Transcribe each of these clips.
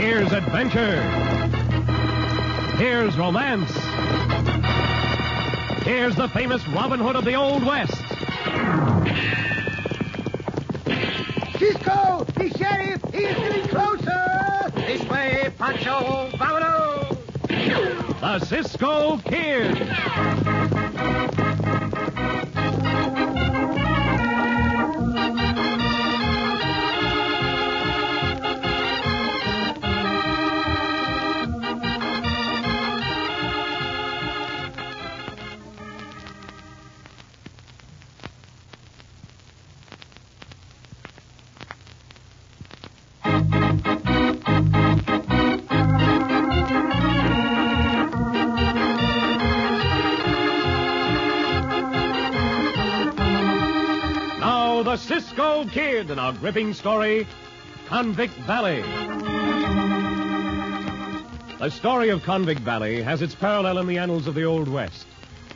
adventure. Here's romance. Here's the famous Robin Hood of the Old West. Cisco, the sheriff, he is getting closer. This way, Pancho, vámonos! The Cisco Kid. Now, the Cisco Kid in our gripping story, Convict Valley. The story of Convict Valley has its parallel in the annals of the Old West.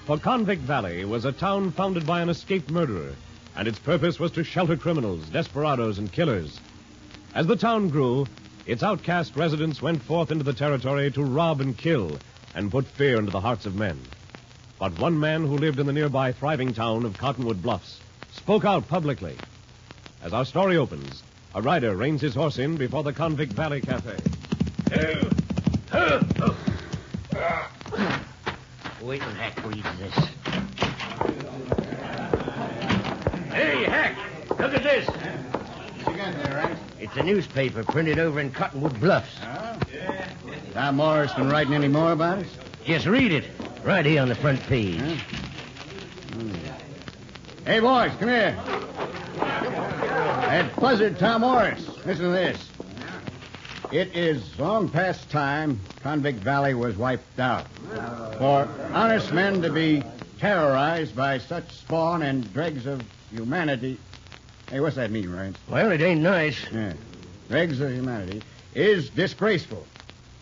For Convict Valley was a town founded by an escaped murderer, and its purpose was to shelter criminals, desperadoes, and killers. As the town grew, its outcast residents went forth into the territory to rob and kill and put fear into the hearts of men. But one man who lived in the nearby thriving town of Cottonwood Bluffs spoke out publicly. As our story opens, a rider reins his horse in before the Convict Valley Cafe. Wait till Hack reads this. Hey, Hack, look at this. You got there, right? It's a newspaper printed over in Cottonwood Bluffs. Huh? Tom Morris been writing any more about us? Just read it. Right here on the front page. Hey, boys, come here. That buzzard Tom Morris. Listen to this. It is long past time Convict Valley was wiped out. For honest men to be terrorized by such spawn and dregs of humanity. Hey, what's that mean, Rance? Well, it ain't nice. Yeah. Dregs of humanity is disgraceful.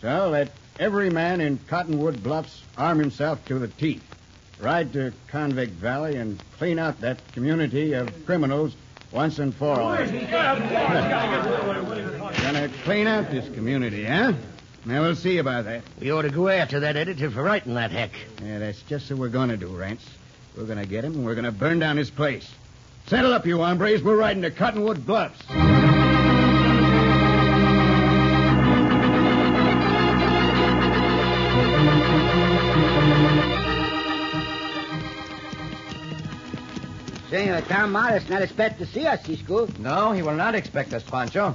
So let every man in Cottonwood Bluffs arm himself to the teeth, ride to Convict Valley, and clean out that community of criminals once and for all. Gonna clean out this community, huh? Now we'll see about that. We ought to go after that editor for writing that, Hack. Yeah, that's just what we're gonna do, Rance. We're gonna get him, and we're gonna burn down his place. Settle up, you hombres. We're riding to Cottonwood Bluffs. Senor Tom Morris not expect to see us, Cisco. No, he will not expect us, Pancho.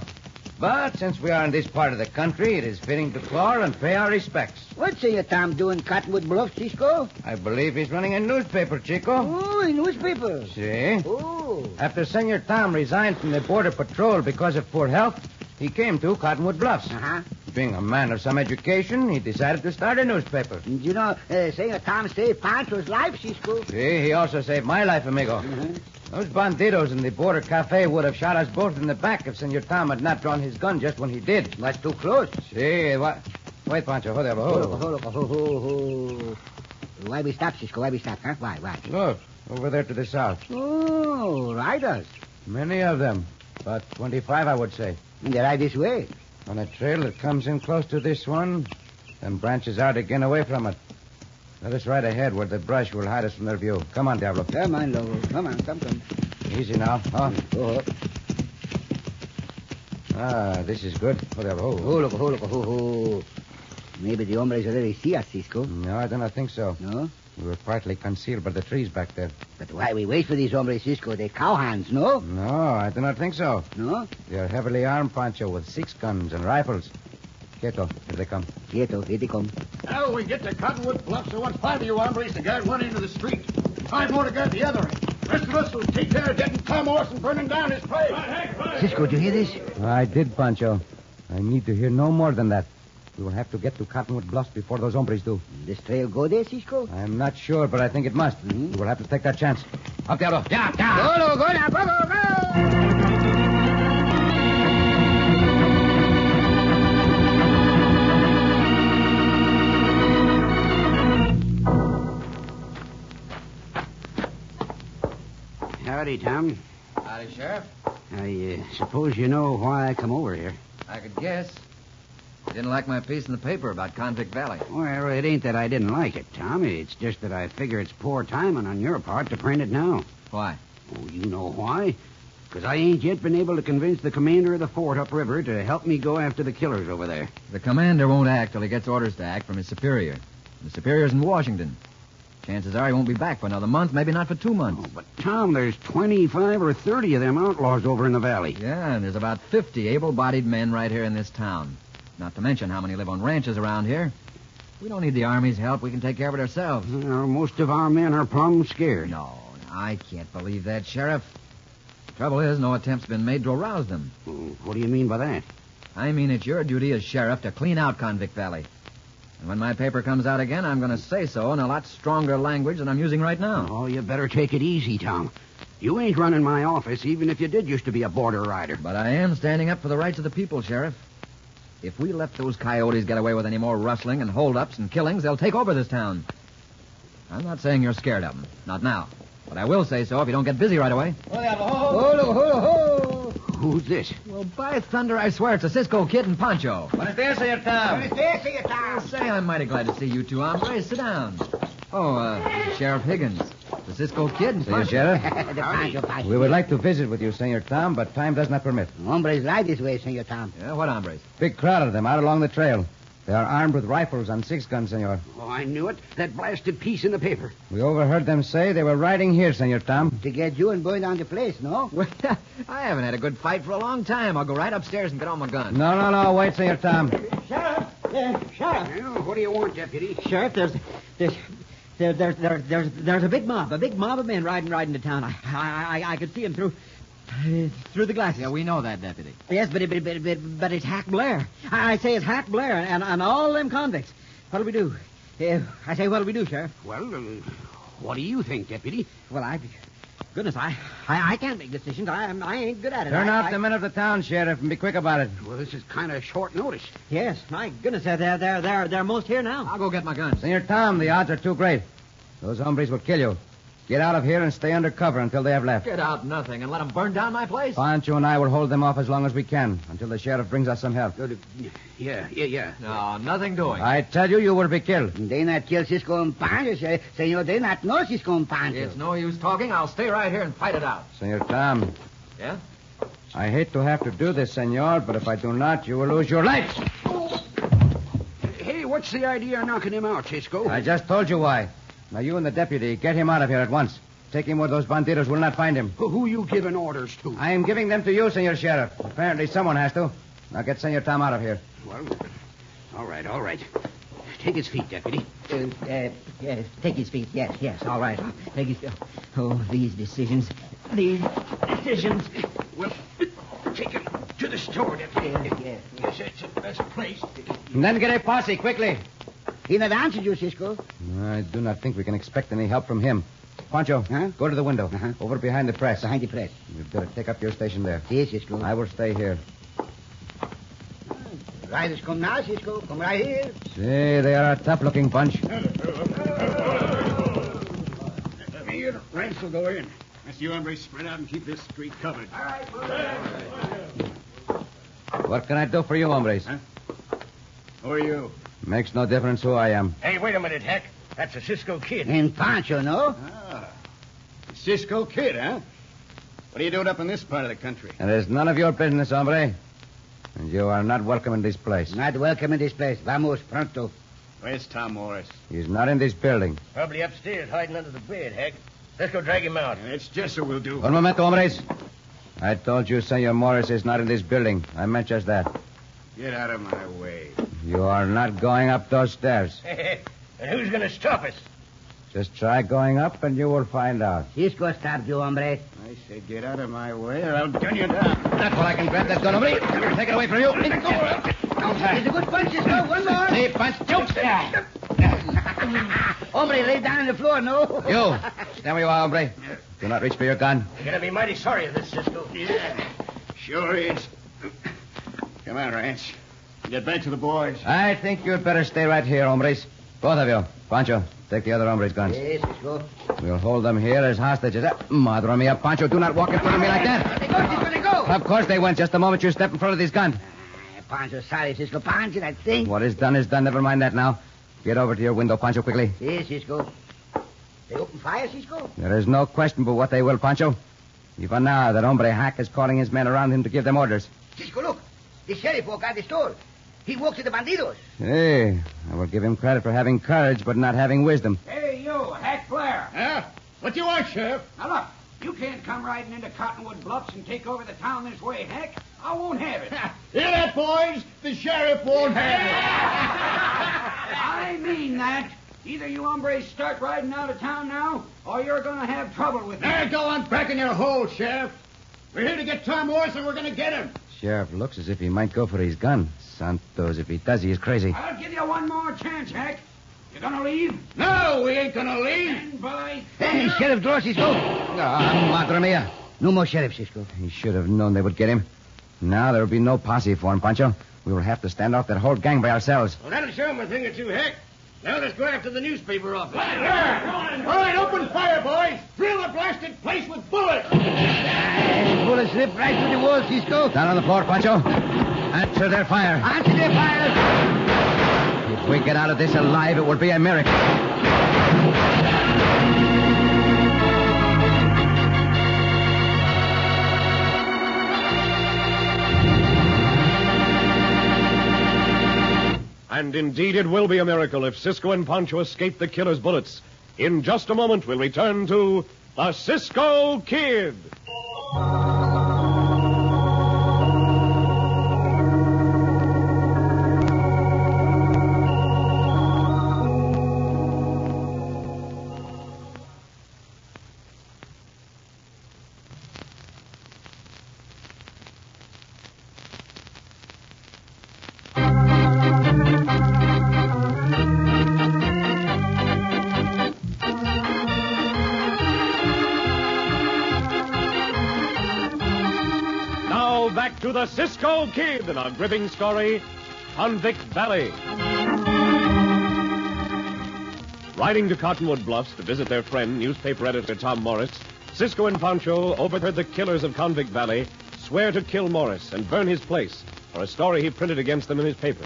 But since we are in this part of the country, it is fitting to call and pay our respects. What's Senor Tom doing Cottonwood Bluff, Cisco? I believe he's running a newspaper, Chico. Oh, in newspapers. See? Oh. After Senor Tom resigned from the Border Patrol because of poor health, he came to Cottonwood Bluffs. Uh-huh. Being a man of some education, he decided to start a newspaper. And You know, uh, Senor Tom saved Pancho's life, Cisco. See, he also saved my life, amigo. Those bandidos in the border cafe would have shot us both in the back if Senor Tom had not drawn his gun just when he did. That's too close. See, what? Wait, Pancho, hold up, Oh. hold Hold up, up. hold up, hold up, hold up. Why we stop, Cisco? Why we stop, huh? Why, why? Look, over there to the south. Oh, riders. Many of them. About 25, I would say. And they ride this way. On a trail that comes in close to this one, then branches out again away from it. Let us ride ahead where the brush will hide us from their view. Come on, Diablo. Come on, Lobo. Come on, come, come. Easy now. Oh. Oh, Ah, this is good. Oh, Diablo. Oh, hold up, hold up, hold up, hold up. oh. Maybe the hombres already see us, Cisco. No, I do not think so. No? We were partly concealed by the trees back there. But why we wait for these hombres, Cisco? They cowhands, no? No, I do not think so. No? They are heavily armed, Pancho, with six guns and rifles. Quieto, here they come. Quieto, here they come. Now we get to Cottonwood Bluff, so want five of you hombres to guard one end of the street. Five more to guard the other end. Rest of us will take care of getting Tom Orson burning down his place. Cisco, do you hear this? I did, Pancho. I need to hear no more than that. We will have to get to Cottonwood Bluffs before those hombres do. This trail go there, Cisco? I am not sure, but I think it must. Hmm? We will have to take that chance. Up, Diablo. Yeah, Go, Lobo, go now, go, go, go! Howdy, Tom. Howdy, Sheriff. I uh, suppose you know why I come over here. I could guess. Didn't like my piece in the paper about Convict Valley. Well, it ain't that I didn't like it, Tom. It's just that I figure it's poor timing on your part to print it now. Why? Oh, you know why? Because I ain't yet been able to convince the commander of the fort upriver to help me go after the killers over there. The commander won't act till he gets orders to act from his superior. The superior's in Washington. Chances are he won't be back for another month, maybe not for two months. Oh, but Tom, there's 25 or 30 of them outlaws over in the valley. Yeah, and there's about 50 able bodied men right here in this town. Not to mention how many live on ranches around here. We don't need the Army's help. We can take care of it ourselves. Well, most of our men are plumb scared. No, I can't believe that, Sheriff. The trouble is, no attempt's been made to arouse them. Oh, What do you mean by that? I mean, it's your duty as sheriff to clean out Convict Valley. And when my paper comes out again, I'm going to say so in a lot stronger language than I'm using right now. Oh, you better take it easy, Tom. You ain't running my office, even if you did used to be a border rider. But I am standing up for the rights of the people, Sheriff. If we let those coyotes get away with any more rustling and holdups and killings, they'll take over this town. I'm not saying you're scared of them. Not now. But I will say so if you don't get busy right away. Who's this? Well, by thunder, I swear it's a Cisco kid and Poncho. Buenos dias, Señor Tom. Say, I'm mighty glad to see you two hombres. Sit down. Oh, uh, Sheriff Higgins. The Cisco Kid and Poncho. The Pancho Pass. would like to visit with you, Senor Tom, but time does not permit. Hombres lie this way, Senor Tom. Yeah, what hombres? Big crowd of them out along the trail. They are armed with rifles and six guns, senor. Oh, I knew it. That blasted piece in the paper. We overheard them say they were riding here, senor Tom. To get you and boy down the place, no? Well, I haven't had a good fight for a long time. I'll go right upstairs and get on my gun. No, no, no, wait, senor Tom. Well, what do you want, deputy? Sheriff, there's there's there, there, there, there's there's a big mob, a big mob of men riding riding to town. I I I, I could see 'em through uh, through the glasses. Yeah, we know that, Deputy. Yes, but it, but, but, but, but it's Hack Blair. I, I say it's Hack Blair and, and all them convicts. What'll we do? Uh, I say what'll we do, Sheriff? Well, uh, what do you think, deputy? Well, I goodness, I I, I can't make decisions. I am I ain't good at it. Turn I, off I- the men of the town, Sheriff, and be quick about it. Well, this is kind of short notice. Yes, my goodness, they're they're they're they're, they're most here now. Oh. I'll go get my gun. Senor Tom, the odds are too great. Those hombres will kill you. Get out of here and stay under cover until they have left. Get out nothing and let them burn down my place. Pancho and I will hold them off as long as we can until the sheriff brings us some help. Good. Yeah, yeah, yeah. No, nothing doing. I tell you, you will be killed. They not kill Cisco and Pancho, se- senor. They not know Cisco and Pancho. It's no use talking. I'll stay right here and fight it out. Senor Tom, Yeah? I hate to have to do this, senor, but if I do not, you will lose your life. Hey, what's the idea of knocking him out, Cisco? I just told you why. Now, you and the deputy, get him out of here at once. Take him where those banditos will not find him. Who, who you giving orders to? I am giving them to you, senor sheriff. Apparently, someone has to. Now, get senor Tom out of here. Well, all right, all right. Take his feet, deputy. Uh, uh, yes, take his feet. Yes, yes, all right. Take his. Oh, these decisions, these decisions. Well, take him to the store, Deputy. Yes, yes. Yes, that's the best place. And then get a posse, quickly. He not answered you, Cisco. I do not think we can expect any help from him. Pancho, Huh? go to the window. Over behind the press. Behind the press. You'd better take up your station there. See, Cisco. I will stay here. Riders come now, Cisco. Come right here. See, they are a tough-looking bunch. Me and Ranks will go in. Mr. You hombres, spread out and keep this street covered. What can I do for you, hombres? Who are you? Makes no difference who I am. Hey, wait a minute, Heck. That's a Cisco kid. And Pancho, no? Ah. Cisco kid, huh? What are you doing up in this part of the country? It is none of your business, hombre. And you are not welcome in this place. Not welcome in this place. Vamos pronto. Where's Tom Morris? He's not in this building. Probably upstairs, hiding under the bed, Heck. Let's go drag him out. That's just what we'll do. Un momento, hombres. I told you Senor Morris is not in this building. I meant just that. Get out of my way. You are not going up those stairs. and who's going to stop us? Just try going up and you will find out. Cisco stabbed you, hombre. I say get out of my way or I'll gun you down. That's what I can grab that gun, hombre. Take it away from you. It's a good punch, Cisco. One more. See, punch. Yeah. hombre, lay down on the floor, no? You. Stand where you are, hombre. Do not reach for your gun. You're going to be mighty sorry of this, Cisco. Yeah, sure is. Come on, Ranch. Get back to the boys. I think you'd better stay right here, hombres. Both of you. Pancho, take the other hombres' guns. Yes, Cisco. We'll hold them here as hostages. Uh, Mother me up, Pancho. Do not walk in front of me like that. They go, Cisco, they go. Of course they went just the moment you step in front of this gun. Pancho, sorry, Cisco. Pancho, that thing. What is done is done. Never mind that now. Get over to your window, Pancho, quickly. Yes, Cisco. They open fire, Cisco? There is no question but what they will, Pancho. Even now, that hombre hack is calling his men around him to give them orders. Cisco, look. The sheriff walked out of the store. He walked to the bandidos. Hey, I will give him credit for having courage, but not having wisdom. Hey, you, Hack Blair. Huh? What you want, Sheriff? Now, look, you can't come riding into Cottonwood Bluffs and take over the town this way, Hack. I won't have it. Hear that, boys? The sheriff won't have I mean that. Either you hombres start riding out of town now, or you're going to have trouble with it. me. There, go on back in your hole, Sheriff. We're here to get Tom Morris, and we're going to get him. Sheriff looks as if he might go for his gun. Santos, if he does, he is crazy. I'll give you one more chance, Hack. You're going to leave? No, we ain't going to leave. Then, by... Hey, Sheriff Draw, Cisco. Ah, madre mia. No more sheriff, Cisco. He should have known they would get him. Now there will be no posse for him, Pancho. We will have to stand off that whole gang by ourselves. Well, that'll show him a thing or two, Heck. Now let's go after the newspaper office. There! All right, open fire, boys. Drill the blasted place with bullets. The bullet slipped right through the wall, Cisco. Down on the floor, Pancho. Answer their fire. Answer their fire. If we get out of this alive, it would be a miracle. And indeed, it will be a miracle if Cisco and Pancho escape the killer's bullets. In just a moment, we'll return to the Cisco Kid. Now back to the Cisco Kid and our gripping story, Convict Valley. Riding to Cottonwood Bluffs to visit their friend, newspaper editor Tom Morris, Cisco and Pancho overheard the killers of Convict Valley swear to kill Morris and burn his place for a story he printed against them in his paper.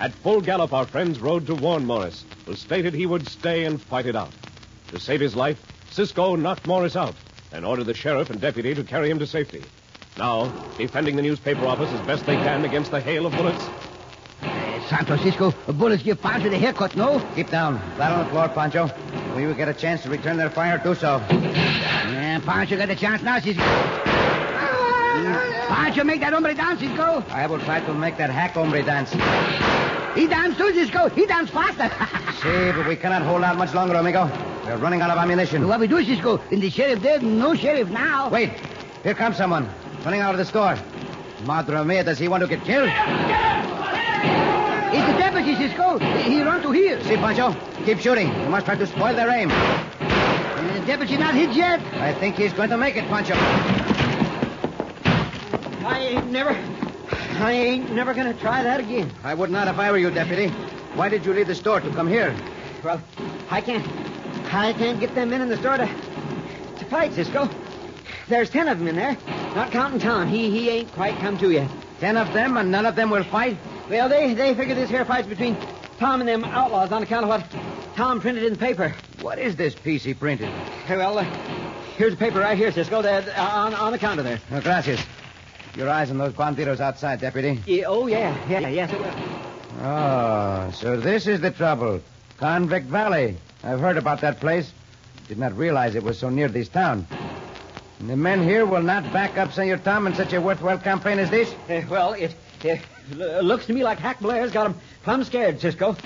At full gallop, our friends rode to warn Morris, who stated he would stay and fight it out. To save his life, Cisco knocked Morris out and ordered the sheriff and deputy to carry him to safety. Now, defending the newspaper office as best they can against the hail of bullets, Uh, Santo, Cisco, bullets give Pancho the haircut, no? Keep down. Flat on the floor, Pancho. If we will get a chance to return their fire, do so. Uh, Pancho got a chance now, Cisco. Pancho, make that hombre dance, Cisco. I will try to make that hack hombre dance. See, He danced too, Cisco. He danced faster. but we cannot hold out much longer, amigo. We are running out of ammunition. what we do, Cisco? And the sheriff there, no sheriff now. Wait. Here comes someone. Running out of the store. Madre mia, does he want to get killed? It's the deputy, Cisco. He run to here. See, Pancho? Keep shooting. You must try to spoil their aim. The Eh, deputy not hit yet. I think he's going to make it, Pancho. I ain't never. I ain't never gonna try that again. I would not if I were you, Deputy. Why did you leave the store to come here? Well, I can't. I can't get them in in the store to, to fight, Cisco. There's ten of them in there, not counting Tom. He he ain't quite come to yet. Ten of them, and none of them will fight? Well, they they figure this here fight's between Tom and them outlaws on account of what Tom printed in the paper. What is this piece he printed? Well, uh, here's the paper right here, Cisco. That uh, on on the counter there. No, gracias. Your eyes on those banditos outside, Deputy. Yeah, oh yeah, yeah, yes it will. Oh, so this is the trouble. Convict Valley. I've heard about that place. Did not realize it was so near this town. And the men here will not back up Senor Tom in such a worthwhile campaign as this? Uh, well, it, it l- looks to me like Hack Blair's got him plumb scared, Cisco.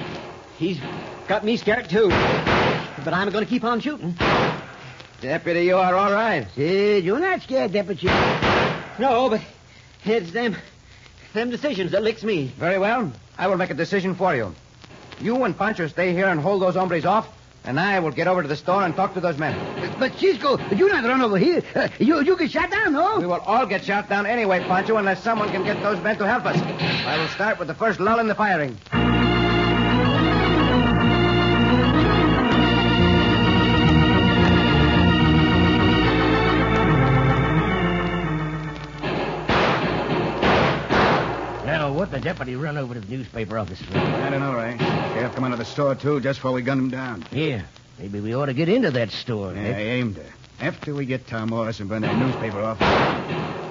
He's got me scared, too. But I'm going to keep on shooting. Deputy, you are all right. Eh, you're not scared, deputy. No, but it's them, them decisions that licks me. Very well. I will make a decision for you. You and Pancho stay here and hold those hombres off, and I will get over to the store and talk to those men. But Cisco, you not run over here. Uh, you you get shot down, no? We will all get shot down anyway, Pancho, unless someone can get those men to help us. I will start with the first lull in the firing. Well, what the deputy run over to the newspaper office. For I don't know, Ray. Sheriff come out of the store, too, just before we gunned him down. yeah, maybe we ought to get into that store. Yeah, I Nick. aimed her. After we get Tom Morris and burn that newspaper off.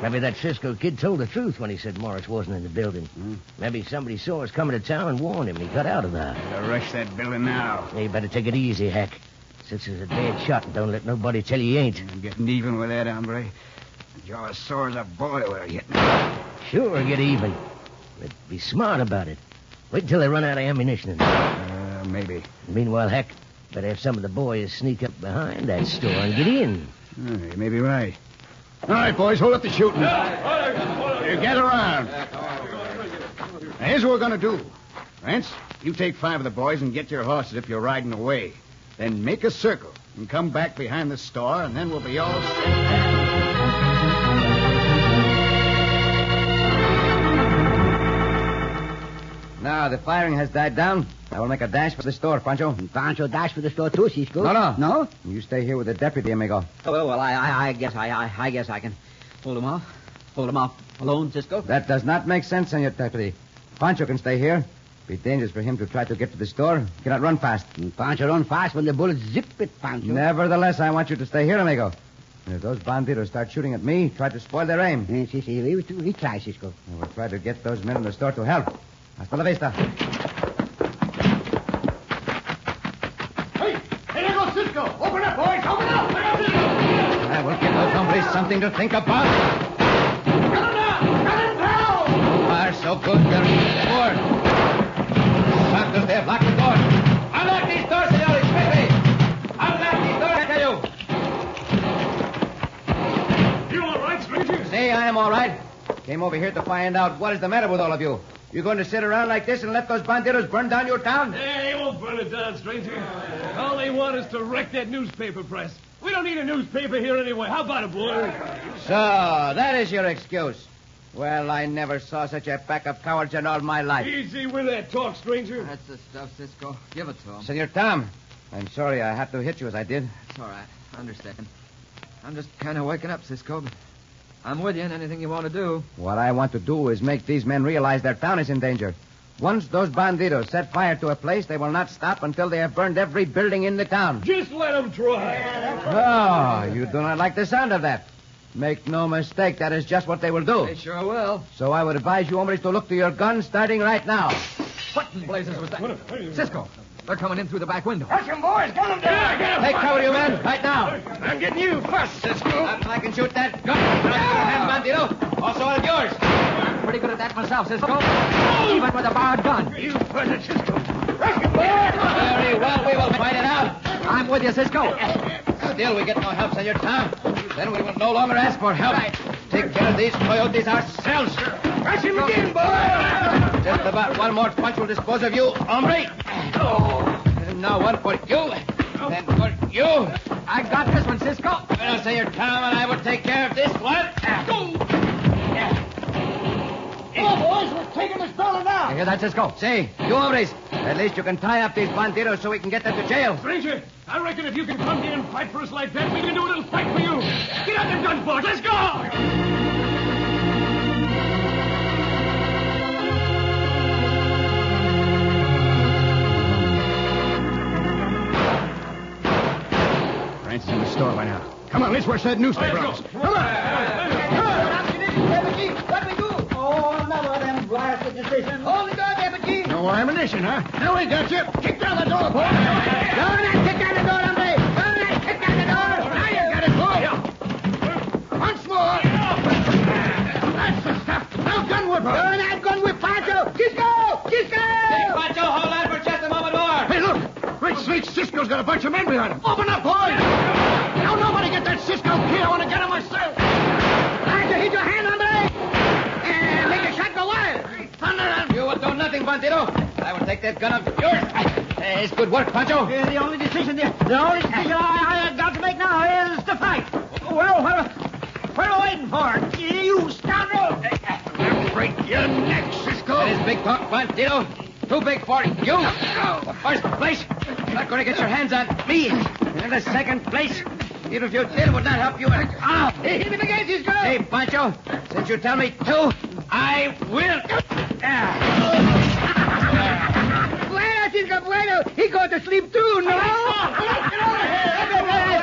Maybe that Cisco kid told the truth when he said Morris wasn't in the building. Hmm. Maybe somebody saw us coming to town and warned him. He got out of there. Gotta rush that building now. Hey, you better take it easy, Hack. Since it's a dead shot, don't let nobody tell you ain't. I'm getting even with that, hombre. The jaw is sore as a boiler yet. Sure, get even. But be smart about it. Wait until they run out of ammunition. Uh, maybe. Meanwhile, Hack, better have some of the boys sneak up behind that store and get in. Uh, you may be right. All right, boys, hold up the shooting. You get around. Now, here's what we're going to do. Rance, you take five of the boys and get your horses if you're riding away. Then make a circle and come back behind the store, and then we'll be all set. Now, the firing has died down. I will make a dash for the store, Pancho. Pancho dash for the store, too, Cisco. No, no. No? You stay here with the deputy, amigo. Oh, well, I, I, I guess I, I, I guess I can hold him off. Hold him off alone, Cisco. That does not make sense, senor deputy. Pancho can stay here. Be dangerous for him to try to get to the store. He cannot run fast. Pancho run fast when the bullets zip it, Pancho. Nevertheless, I want you to stay here, amigo. And if those banditos start shooting at me, try to spoil their aim. Eh, si, si, we, we try, Cisco. I will try to get those men in the store to help. Hasta la vista. Hey! Hey, there goes Cisco! Open up, boys! Open up! I will give those hombres something to think about. Got him now! Got him now! so good, they're in the door. Doctors, they have locked the door. Unlock these doors, senores, quickly! Unlock these doors, I tell you! You all right, stranger? Say, I am all right. Came over here to find out what is the matter with all of you. You going to sit around like this and let those banditos burn down your town? Hey, they won't burn it down, stranger. All they want is to wreck that newspaper press. We don't need a newspaper here anyway. How about it, boy? So, that is your excuse. Well, I never saw such a pack of cowards in all my life. Easy with that talk, stranger. That's the stuff, Cisco. Give it to him. Senor Tom, I'm sorry I had to hit you as I did. It's all right. I understand. I'm just kind of waking up, Cisco. But I'm with you in anything you want to do. What I want to do is make these men realize their town is in danger. Once those banditos set fire to a place, they will not stop until they have burned every building in the town. Just let them try. Oh, you do not like the sound of that. Make no mistake, that is just what they will do. They sure will. So I would advise you hombres to look to your guns starting right now. What in blazes was that? Cisco, they're coming in through the back window. Take cover, you men, right now. I'm getting you first, Cisco. After I can shoot that gun, I'll your hand, bandito. Also all yours. I'm pretty good at that myself, Cisco. Even with a borrowed gun. You first, Cisco. Very well, we will fight it out. I'm with you, Cisco. Still, we get no help, Senor Tom. Then we will no longer ask for help. Take care of these coyotes ourselves. Rush him again, boy. Just about one more punch will dispose of you, hombre. Oh. And now one for you, then for you. I got this one, Cisco. Well, Senor Tom and I will take care of this one. You hear that, Cisco? Say, you hombres, at least you can tie up these banditos so we can get them to jail. Stranger, I reckon if you can come here and fight for us like that, we can do a little fight for you. Get out them guns, boys. Let's go. Rance is in the store by now. Come on, let's rush that newspaper off. Come on. No more ammunition, huh? Now we got you. Kick down the door, boy. Down and kick down the door, hombre. Down and kick down the door. Now you got it, boy. Once more. That's the stuff. Now gun whip her. Down that gun whip, Pancho. Cisco! Cisco! Hey, Pancho, hold on for just a moment more. Hey, look. Great snake, Cisco's got a bunch of men behind him. Open up, boys. Now nobody get that Cisco kid. I want to get him myself. Pancho, hit your hand, hombre. And make a shot go wild. Thunder and You will do nothing, Bandito. I will take that gun of yours. Uh, it's good work, Pancho. the only decision, the, the only decision I, I have got to make now is to fight. Well, what, what are waiting for? You scoundrel! Break your neck, Cisco. That is big talk, Bandito. Too big for you. The first place, you're not going to get your hands on me. And in the second place, even if you did, it would not help you at all. Hey, hit him again, Cisco. Hey, Pancho, since you tell me to, I will. Ah. Bueno, Cisco, bueno. He going to sleep too, no? Hey,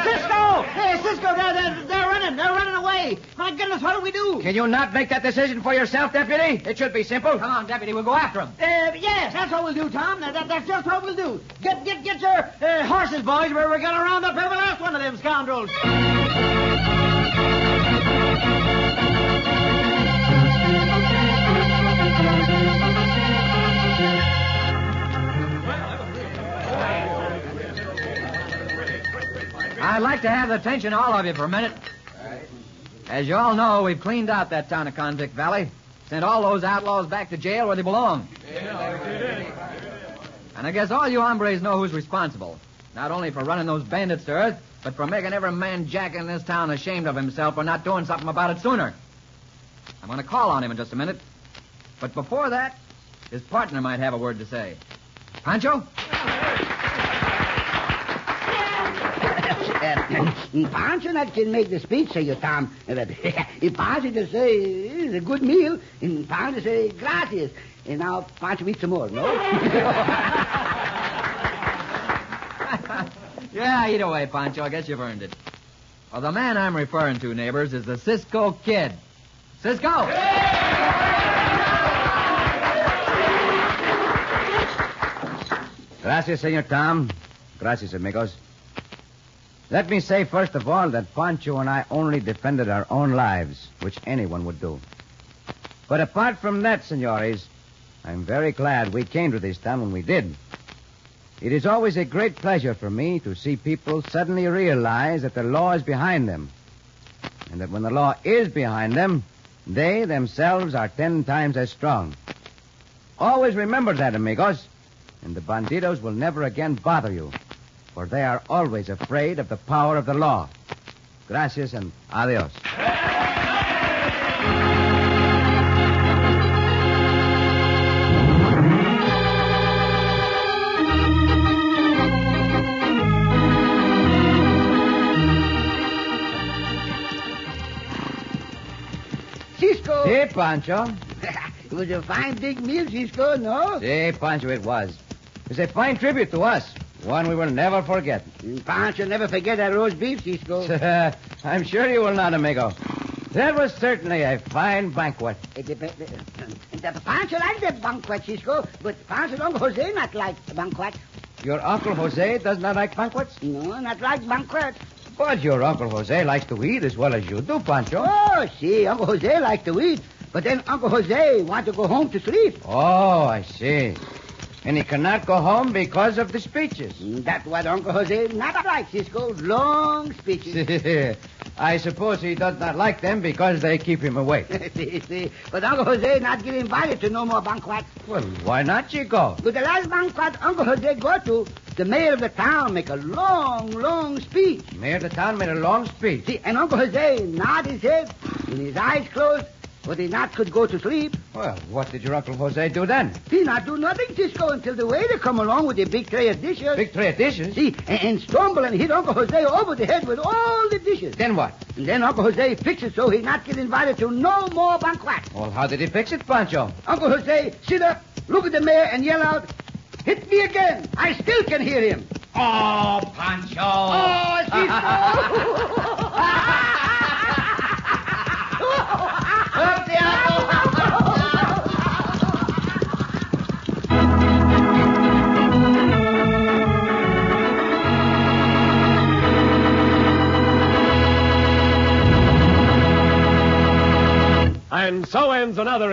Cisco! Hey, Cisco, they're, they're, they're running. They're running away. My goodness, what do we do? Can you not make that decision for yourself, Deputy? It should be simple. Come on, deputy, we'll go after him. Uh, yes, that's what we'll do, Tom. That, that- that's just what we'll do. Get get get your uh, horses, boys. We're, we're going to round up every last one of them scoundrels. I'd like to have the attention of all of you for a minute. As you all know, we've cleaned out that town of Convict Valley, sent all those outlaws back to jail where they belong. And I guess all you hombres know who's responsible. Not only for running those bandits to earth, but for making every man jack in this town ashamed of himself for not doing something about it sooner. I'm going to call on him in just a minute. But before that, his partner might have a word to say. Pancho? Uh, Pancho that can make the speech, say you, Tom. uh, But if Pancho can say uh, it's a good meal, and Pancho say gracias. And now Pancho eat some more, no? yeah, either way, Pancho, I guess you've earned it. Well, the man I'm referring to, neighbors, is the Cisco Kid. Cisco! Gracias, Senor Tom. Gracias, amigos. Let me say, first of all, that Pancho and I only defended our own lives, which anyone would do. But apart from that, senores, I'm very glad we came to this town when we did. It is always a great pleasure for me to see people suddenly realize that the law is behind them. And that when the law is behind them, they themselves are ten times as strong. Always remember that, amigos and the bandidos will never again bother you, for they are always afraid of the power of the law. Gracias and adios. Cisco! Hey, Pancho. it was a fine big meal, Cisco, no? Hey, Pancho, it was. It's a fine tribute to us, one we will never forget. And Pancho never forget that roast beef, Cisco. I'm sure you will not, amigo. That was certainly a fine banquet. It dep- Uh, the, the Pancho like the banquet, Cisco, but Pancho's Uncle Jose not like the banquet. Your Uncle Jose does not like banquets? No, not like banquet. But your Uncle Jose likes to eat as well as you do, Pancho. Oh, see, Uncle Jose like to eat, but then Uncle Jose want to go home to sleep. Oh, I see. And he cannot go home because of the speeches. That's Mm, what Uncle Jose not like, Cisco. Long speeches. I suppose he does not like them because they keep him awake. see, see. But Uncle Jose not get invited to no more banquet. Well, why not, Chico? To the last banquet Uncle Jose go to, the mayor of the town make a long, long speech. Mayor of the town made a long speech. See, and Uncle Jose nod his head and his eyes closed, but he not could go to sleep. Well, what did your Uncle Jose do then? He not do nothing, Cisco, until the waiter come along with a big tray of dishes. Big tray of dishes? See, and, and stumble and hit Uncle Jose over the head with all the dishes. Then what? And then Uncle Jose fix it so he not get invited to no more banquet. Well, how did he fix it, Pancho? Uncle Jose sit up, look at the mayor, and yell out, "Hit me again! I still can hear him." Oh, Pancho! Oh, Cisco! And so ends another